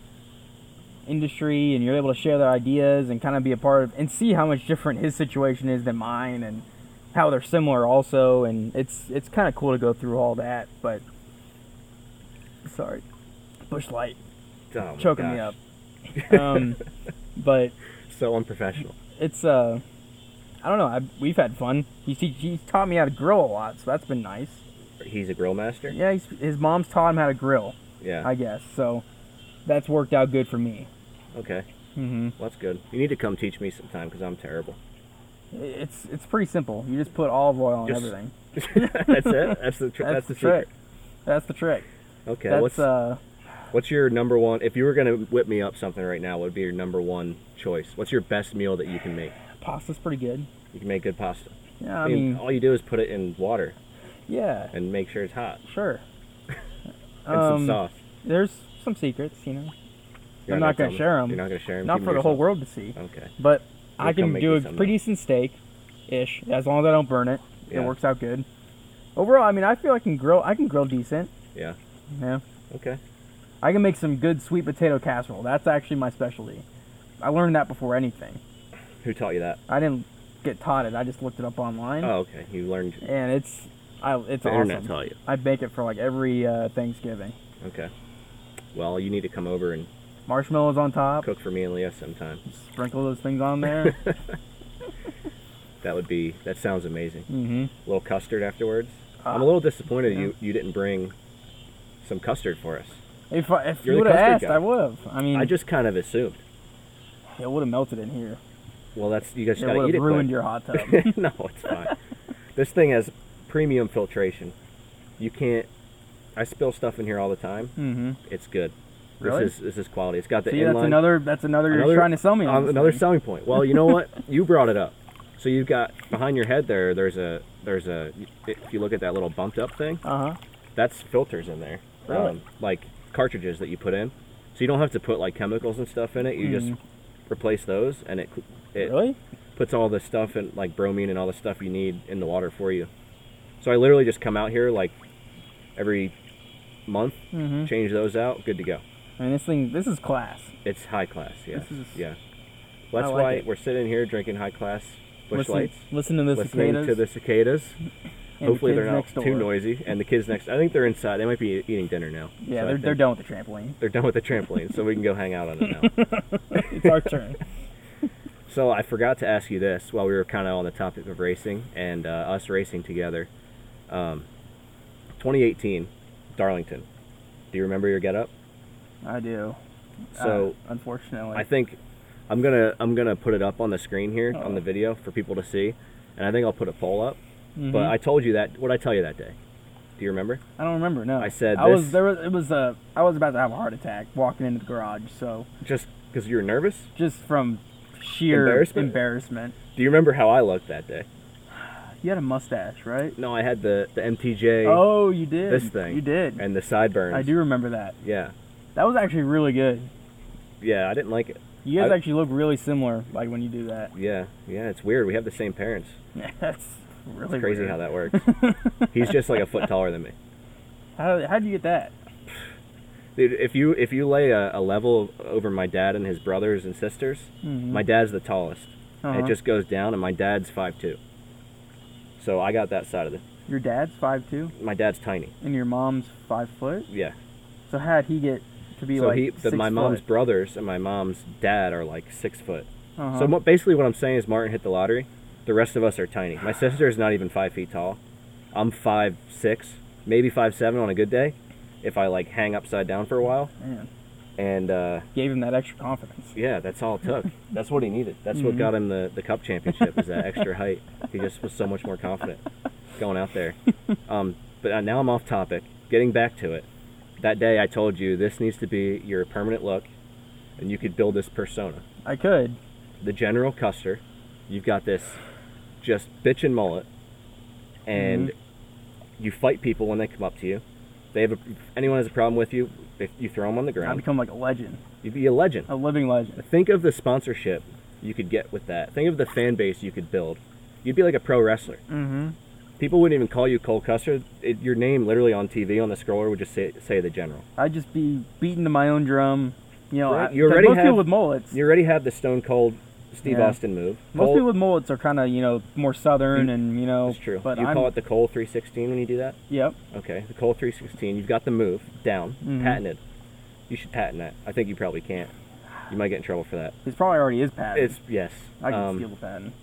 A: industry, and you're able to share their ideas and kind of be a part of and see how much different his situation is than mine, and how they're similar also, and it's it's kind of cool to go through all that. But sorry, bush light
B: Oh my
A: choking
B: gosh,
A: me up. Um, but
B: So unprofessional.
A: it's uh I don't know. I, we've had fun. He's, he, he's taught me how to grill a lot, so that's been nice.
B: He's a grill master.
A: Yeah, he's, his mom's taught him how to grill,
B: Yeah.
A: I guess. So that's worked out good for me.
B: Okay.
A: Mm-hmm.
B: Well, that's good. You need to come teach me sometime because I'm terrible.
A: It's it's pretty simple. You just put olive oil on
B: Just-
A: everything.
B: that's it. That's the tri-
A: That's, the,
B: secret.
A: trick. That's the trick.
B: Okay.
A: that's
B: what's
A: uh
B: what's your number one? If you were gonna whip me up something right now, what would be your number one choice? What's your best meal that you can make?
A: pasta's pretty good.
B: You can make good pasta.
A: Yeah, I mean,
B: all you do is put it in water
A: yeah,
B: and make sure it's hot
A: sure.
B: and some
A: Um,
B: sauce.
A: There's some secrets, you know,
B: You're
A: I'm not gonna
B: tell me-
A: share 'em.
B: You're not gonna share them.
A: not for the whole world to see.
B: Okay.
A: But
B: We'll
A: I
B: come
A: can
B: make
A: do
B: you
A: a
B: some
A: pretty
B: now.
A: decent steak, ish, as long as I don't burn it.
B: Yeah.
A: It works out good. Overall, I mean, I feel I can grill. I can grill decent.
B: Yeah.
A: Yeah,
B: Okay.
A: I can make some good sweet potato casserole. That's actually my specialty. I learned that before anything.
B: Who taught you that?
A: I didn't get taught it. I just looked it up online,
B: Oh, okay. You learned.
A: and it's, I, it's
B: the
A: awesome.
B: internet taught you.
A: I bake it for like every uh, Thanksgiving.
B: Okay. Well, you need to come over and
A: Marshmallows on top.
B: cook for me and Leah sometime.
A: Sprinkle those things on there.
B: That would be. That sounds amazing.
A: mm-hmm.
B: A little custard afterwards. I'm
A: Ah,
B: a little disappointed
A: yeah.
B: you you didn't bring some custard for us.
A: If I, if
B: You're
A: you
B: the
A: would have
B: custard
A: asked,
B: guy.
A: I would have. I mean,
B: I just kind of assumed.
A: it would have melted in here.
B: Well, that's you guys
A: It
B: gotta
A: would
B: eat
A: have
B: it.
A: ruined
B: quick.
A: your hot tub.
B: no, it's fine. this thing has premium filtration. You can't. I spill stuff in here all the time.
A: mm-hmm.
B: It's good.
A: Really?
B: This is this is quality. It's got the
A: See,
B: inline.
A: that's another. That's another. You're
B: another-
A: trying to sell me on
B: um,
A: this
B: another
A: thing.
B: selling point. Well, you know what? you brought it up. So you've got behind your head there. There's a there's a. If you look at that little bumped up thing,
A: Uh huh.
B: that's filters in there. um,
A: Really?
B: like cartridges that you put in. So you don't have to put like chemicals and stuff in it. You just replace those, and it it
A: Hmm. Really?
B: puts all the stuff and like bromine and all the stuff you need in the water for you. So I literally just come out here like every month,
A: Mhm.
B: change those out, good to go.
A: I mean, this thing. This is class.
B: It's high class, yeah,
A: This is-
B: yeah. Well, that's
A: I like
B: why
A: it.
B: we're sitting here drinking high class bush
A: listen,
B: lights,
A: listen to the
B: listening
A: cicadas.
B: to the cicadas.
A: and the
B: Hopefully
A: kids
B: they're not
A: next door.
B: too noisy, and the kids next. I think they're inside. They might be eating dinner now. So
A: Yeah,
B: I
A: they're, they're
B: think
A: done with the trampoline.
B: They're done with the trampoline, so we can go hang out on it now.
A: It's our turn.
B: So I forgot to ask you this while we were kind of on the topic of racing and uh, us racing together. Um, 2018, Darlington. Do you remember your getup?
A: I do.
B: So
A: Uh, unfortunately,
B: I think I'm gonna I'm gonna put it up on the screen here on the
A: Oh.
B: video for people to see, and I think I'll put a poll up.
A: Mhm.
B: But I told you that. What I tell you that day? Do you remember?
A: I don't remember. No,
B: I said
A: I was
B: this-
A: there. Was, it was uh, I was about to have a heart attack walking into the garage. So
B: Just because you were nervous.
A: just from sheer
B: Embarrassment?
A: embarrassment
B: Do you remember how I looked that day?
A: You had a mustache, right?
B: No, I had the the MTJ
A: Oh, you did.
B: this thing.
A: You did.
B: and the sideburns.
A: I do remember that.
B: Yeah,
A: That was actually really good.
B: yeah. I didn't like it.
A: You guys
B: I-
A: actually look really similar, like when you do that.
B: Yeah, yeah. It's weird. We have the same parents.
A: That's
B: It's
A: really
B: crazy
A: weird.
B: how that works. He's just like a foot taller than me.
A: How how'd you get that?
B: Dude, if you if you lay a, a level over my dad and his brothers and sisters,
A: Mhm.
B: my dad's the tallest. And
A: Uh-huh.
B: It just goes down, and my dad's five two. So I got that side of it.
A: Your dad's five two,
B: My dad's tiny.
A: and your mom's five foot.
B: Yeah.
A: So how'd he get to be
B: so
A: like
B: he,
A: six
B: the, my
A: foot?
B: mom's brothers and my mom's dad are like six foot.
A: Uh-huh.
B: So mo- basically, what I'm saying is Martin hit the lottery. The rest of us are tiny. My sister is not even five feet tall. I'm five six, maybe five seven on a good day, if I like hang upside down for a while.
A: Man,
B: And uh,
A: gave him that extra confidence.
B: yeah, that's all it took. Mm-hmm. That's what he needed. That's what
A: Mhm.
B: got him the, the cup championship is that extra height. He just was so much more confident going out there. Um, but uh, now I'm off topic. Getting back to it, that day I told you this needs to be your permanent look, and you could build this persona.
A: I could.
B: The General Custer, you've got this just bitchin' mullet, and you fight people when they come up to you. They have a, if anyone has a problem with you, if you throw them on the
A: I
B: ground,
A: become like a legend,
B: you'd be a legend.
A: a living legend.
B: Think of the sponsorship you could get with that. Think of the fan base you could build. You'd be like a pro wrestler.
A: Mm-hmm.
B: People wouldn't even call you Cole Custer. It, your name, literally on TV on the scroller, would just say, say the general.
A: I'd just be beating to my own drum. You know,
B: Right,
A: I,
B: you
A: 'cause
B: already
A: most
B: have-
A: people with mullets.
B: You already have the Stone Cold Steve
A: Yeah.
B: Austin move.
A: Most
B: Cole,
A: people with mullets are kind of you know more southern
B: You-
A: and you know.
B: that's true.
A: But
B: you
A: I'm,
B: call it the Cole 316 when you do that.
A: Yep.
B: Okay, the Cole 316. You've got the move down,
A: Mhm.
B: patented. You should patent that. I think you probably can't. You might get in trouble for that.
A: It probably already is patent.
B: It's yes.
A: I can
B: um,
A: steal the patent.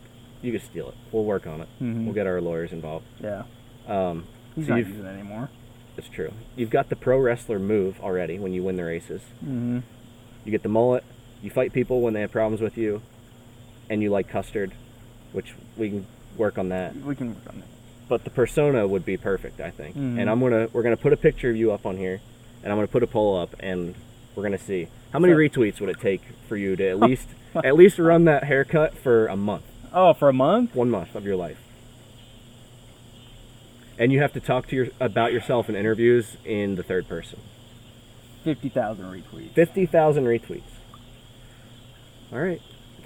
B: You can steal it. We'll work on it.
A: Mhm.
B: We'll get our lawyers involved.
A: Yeah.
B: Um,
A: He's
B: so
A: not
B: you've-
A: using it anymore.
B: It's true. You've got the pro wrestler move already when you win the races.
A: Mm-hmm.
B: You get the mullet, you fight people when they have problems with you, and you like custard, which we can work on that.
A: We can work on that.
B: But the persona would be perfect, I think.
A: Mhm.
B: And I'm gonna we're gonna put a picture of you up on here, and I'm gonna put a poll up, and we're gonna see how many
A: So-
B: retweets would it take for you to at least at least run that haircut for a month,
A: Oh, for a month?
B: one month of your life. And you have to talk to your about yourself in interviews in the third person.
A: Fifty thousand retweets.
B: 50,000 retweets. All right.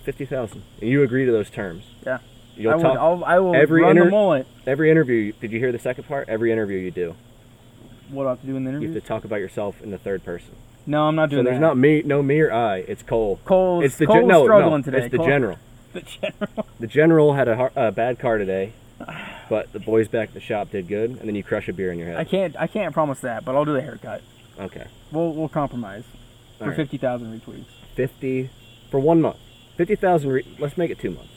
B: 50,000. And you agree to those terms.
A: Yeah.
B: You'll
A: I will.
B: talk
A: I'll, I will
B: every
A: run
B: inter-
A: the mullet.
B: every interview. Did you hear the second part? Every interview you do,
A: What do I have to do in the
B: you
A: interview?
B: have to talk about yourself in the third person.
A: No, I'm not
B: So
A: Mm-hmm. doing
B: there's
A: that.
B: not me, no me or I. It's Cole.
A: Cole's,
B: it's the
A: Cole's
B: gen- no,
A: struggling
B: no,
A: today.
B: It's the
A: Cole-
B: general.
A: The general.
B: The general had a, har- a bad car today, but the boys back at the shop did good. And then you crush a beer in your
A: I
B: head.
A: can't. I can't promise that, but I'll do the haircut.
B: Okay.
A: We'll we'll compromise
B: All
A: for
B: right.
A: fifty thousand retweets.
B: 50 for one month. 50,000. Re- let's make it two months.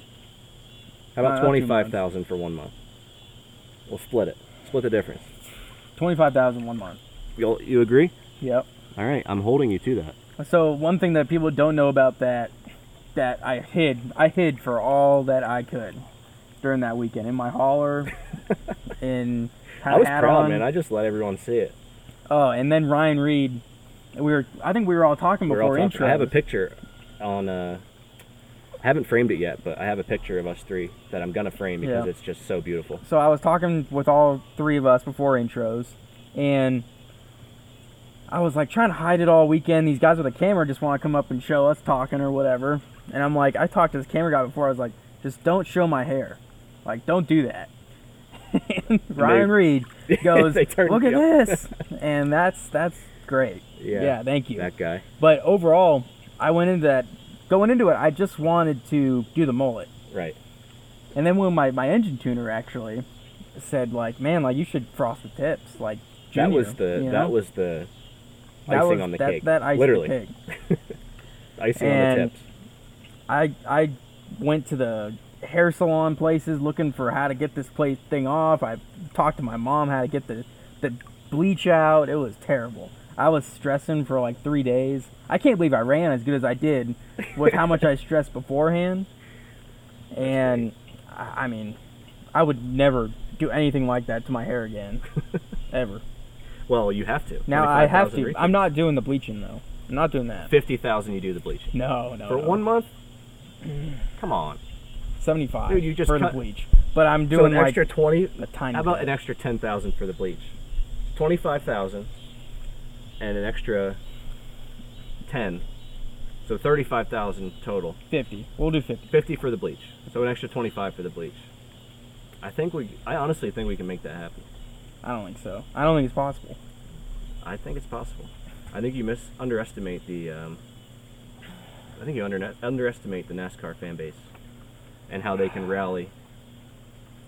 B: How
A: Uh,
B: about
A: two months.
B: 25,000 for one month? We'll split it. Split the difference.
A: Twenty-five thousand one month.
B: You'll, you agree?
A: Yep.
B: All right, I'm holding you to that.
A: So one thing that people don't know about that that I hid I hid for all that I could during that weekend in my holler in had
B: I
A: a
B: was
A: hat
B: proud,
A: on.
B: man. I just let everyone see it.
A: oh, and then Ryan Reed we were I think we were all talking
B: We were
A: before
B: all talking.
A: intro.
B: I have a picture on. Uh, I haven't framed it yet, but I have a picture of us three that I'm gonna frame because
A: Yeah.
B: it's just so beautiful.
A: so I was talking with all three of us before intros, and I was like trying to hide it all weekend. These guys with a camera just want to come up and show us talking or whatever. And I'm like, I talked to this camera guy before. I was like, just don't show my hair. Like, don't do that. and Ryan Reed goes,
B: They turned
A: look at
B: me up.
A: this, and that's that's great.
B: Yeah.
A: thank you.
B: That guy.
A: But overall, I went into that going into it. I just wanted to do the mullet.
B: Right.
A: And then when my, my engine tuner actually said like, man, like you should frost the tips, like
B: That
A: junior,
B: was the.
A: you know?
B: That was the.
A: That
B: Icing
A: was-
B: on the
A: that-
B: cake.
A: That iced the
B: Literally.
A: cake.
B: Icing on the
A: And-
B: tips.
A: I I went to the hair salon places looking for how to get this place thing off. I talked to my mom how to get the the bleach out. It was terrible. I was stressing for like three days. I can't believe I ran as good as I did with how much I stressed beforehand. And I I mean, I would never do anything like that to my hair again, ever.
B: Well, you have to.
A: Now I have
B: 25,000
A: to.
B: retweets.
A: I'm not doing the bleaching though. I'm not doing that.
B: Fifty thousand, you do the bleaching.
A: No, no.
B: For
A: no.
B: one month? Come on.
A: seventy-five
B: Dude, you just
A: for
B: cut-
A: the bleach. But I'm
B: So
A: doing
B: an
A: like
B: extra twenty.
A: a tiny.
B: How about
A: bit.
B: an extra ten thousand for the bleach? Twenty-five thousand, and an extra ten. So thirty-five thousand total.
A: fifty? We'll do fifty.
B: Fifty for the bleach. So an extra twenty-five for the bleach. I think we. I honestly think we can make that happen.
A: I don't think so. I don't think it's possible.
B: I think it's possible. I think you mis underestimate the. Um, I think you under- underestimate the NASCAR fan base, and how they can rally.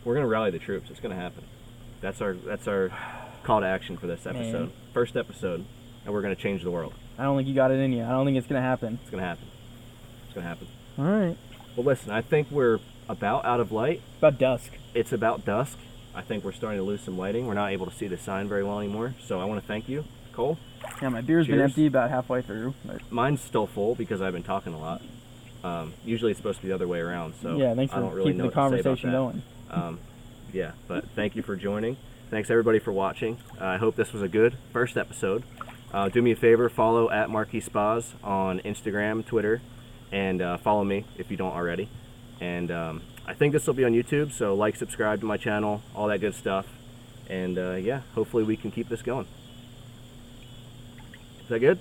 B: We're gonna rally the troops. It's gonna happen. That's our that's our call to action for this episode.
A: Man.
B: First episode, and we're gonna change the world.
A: I don't think you got it in you. I don't think it's gonna happen.
B: It's gonna happen. It's gonna happen.
A: All right.
B: Well, listen. I think we're about out of light.
A: It's about dusk.
B: It's about dusk. I think we're starting to lose some lighting. We're not able to see the sign very well anymore. So I want to thank you, Cole.
A: Yeah, my beer's been
B: Cheers.
A: empty about halfway through. but-
B: Mine's still full because I've been talking a lot. Um, usually it's supposed to be the other way around, so
A: yeah, thanks
B: I
A: for
B: don't really
A: keeping
B: know what
A: the
B: to say about
A: conversation
B: that.
A: going.
B: Um, yeah, but thank you for joining. Thanks everybody for watching. Uh, I hope this was a good first episode. Uh, do me a favor, follow at Marquis Spas on Instagram, Twitter, and uh, follow me if you don't already. And um, I think this will be on YouTube, so like, subscribe to my channel, all that good stuff. And uh, yeah, hopefully we can keep this going. Is that good?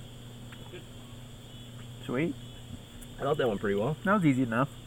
A: Sweet.
B: I thought that went pretty well.
A: That was easy enough.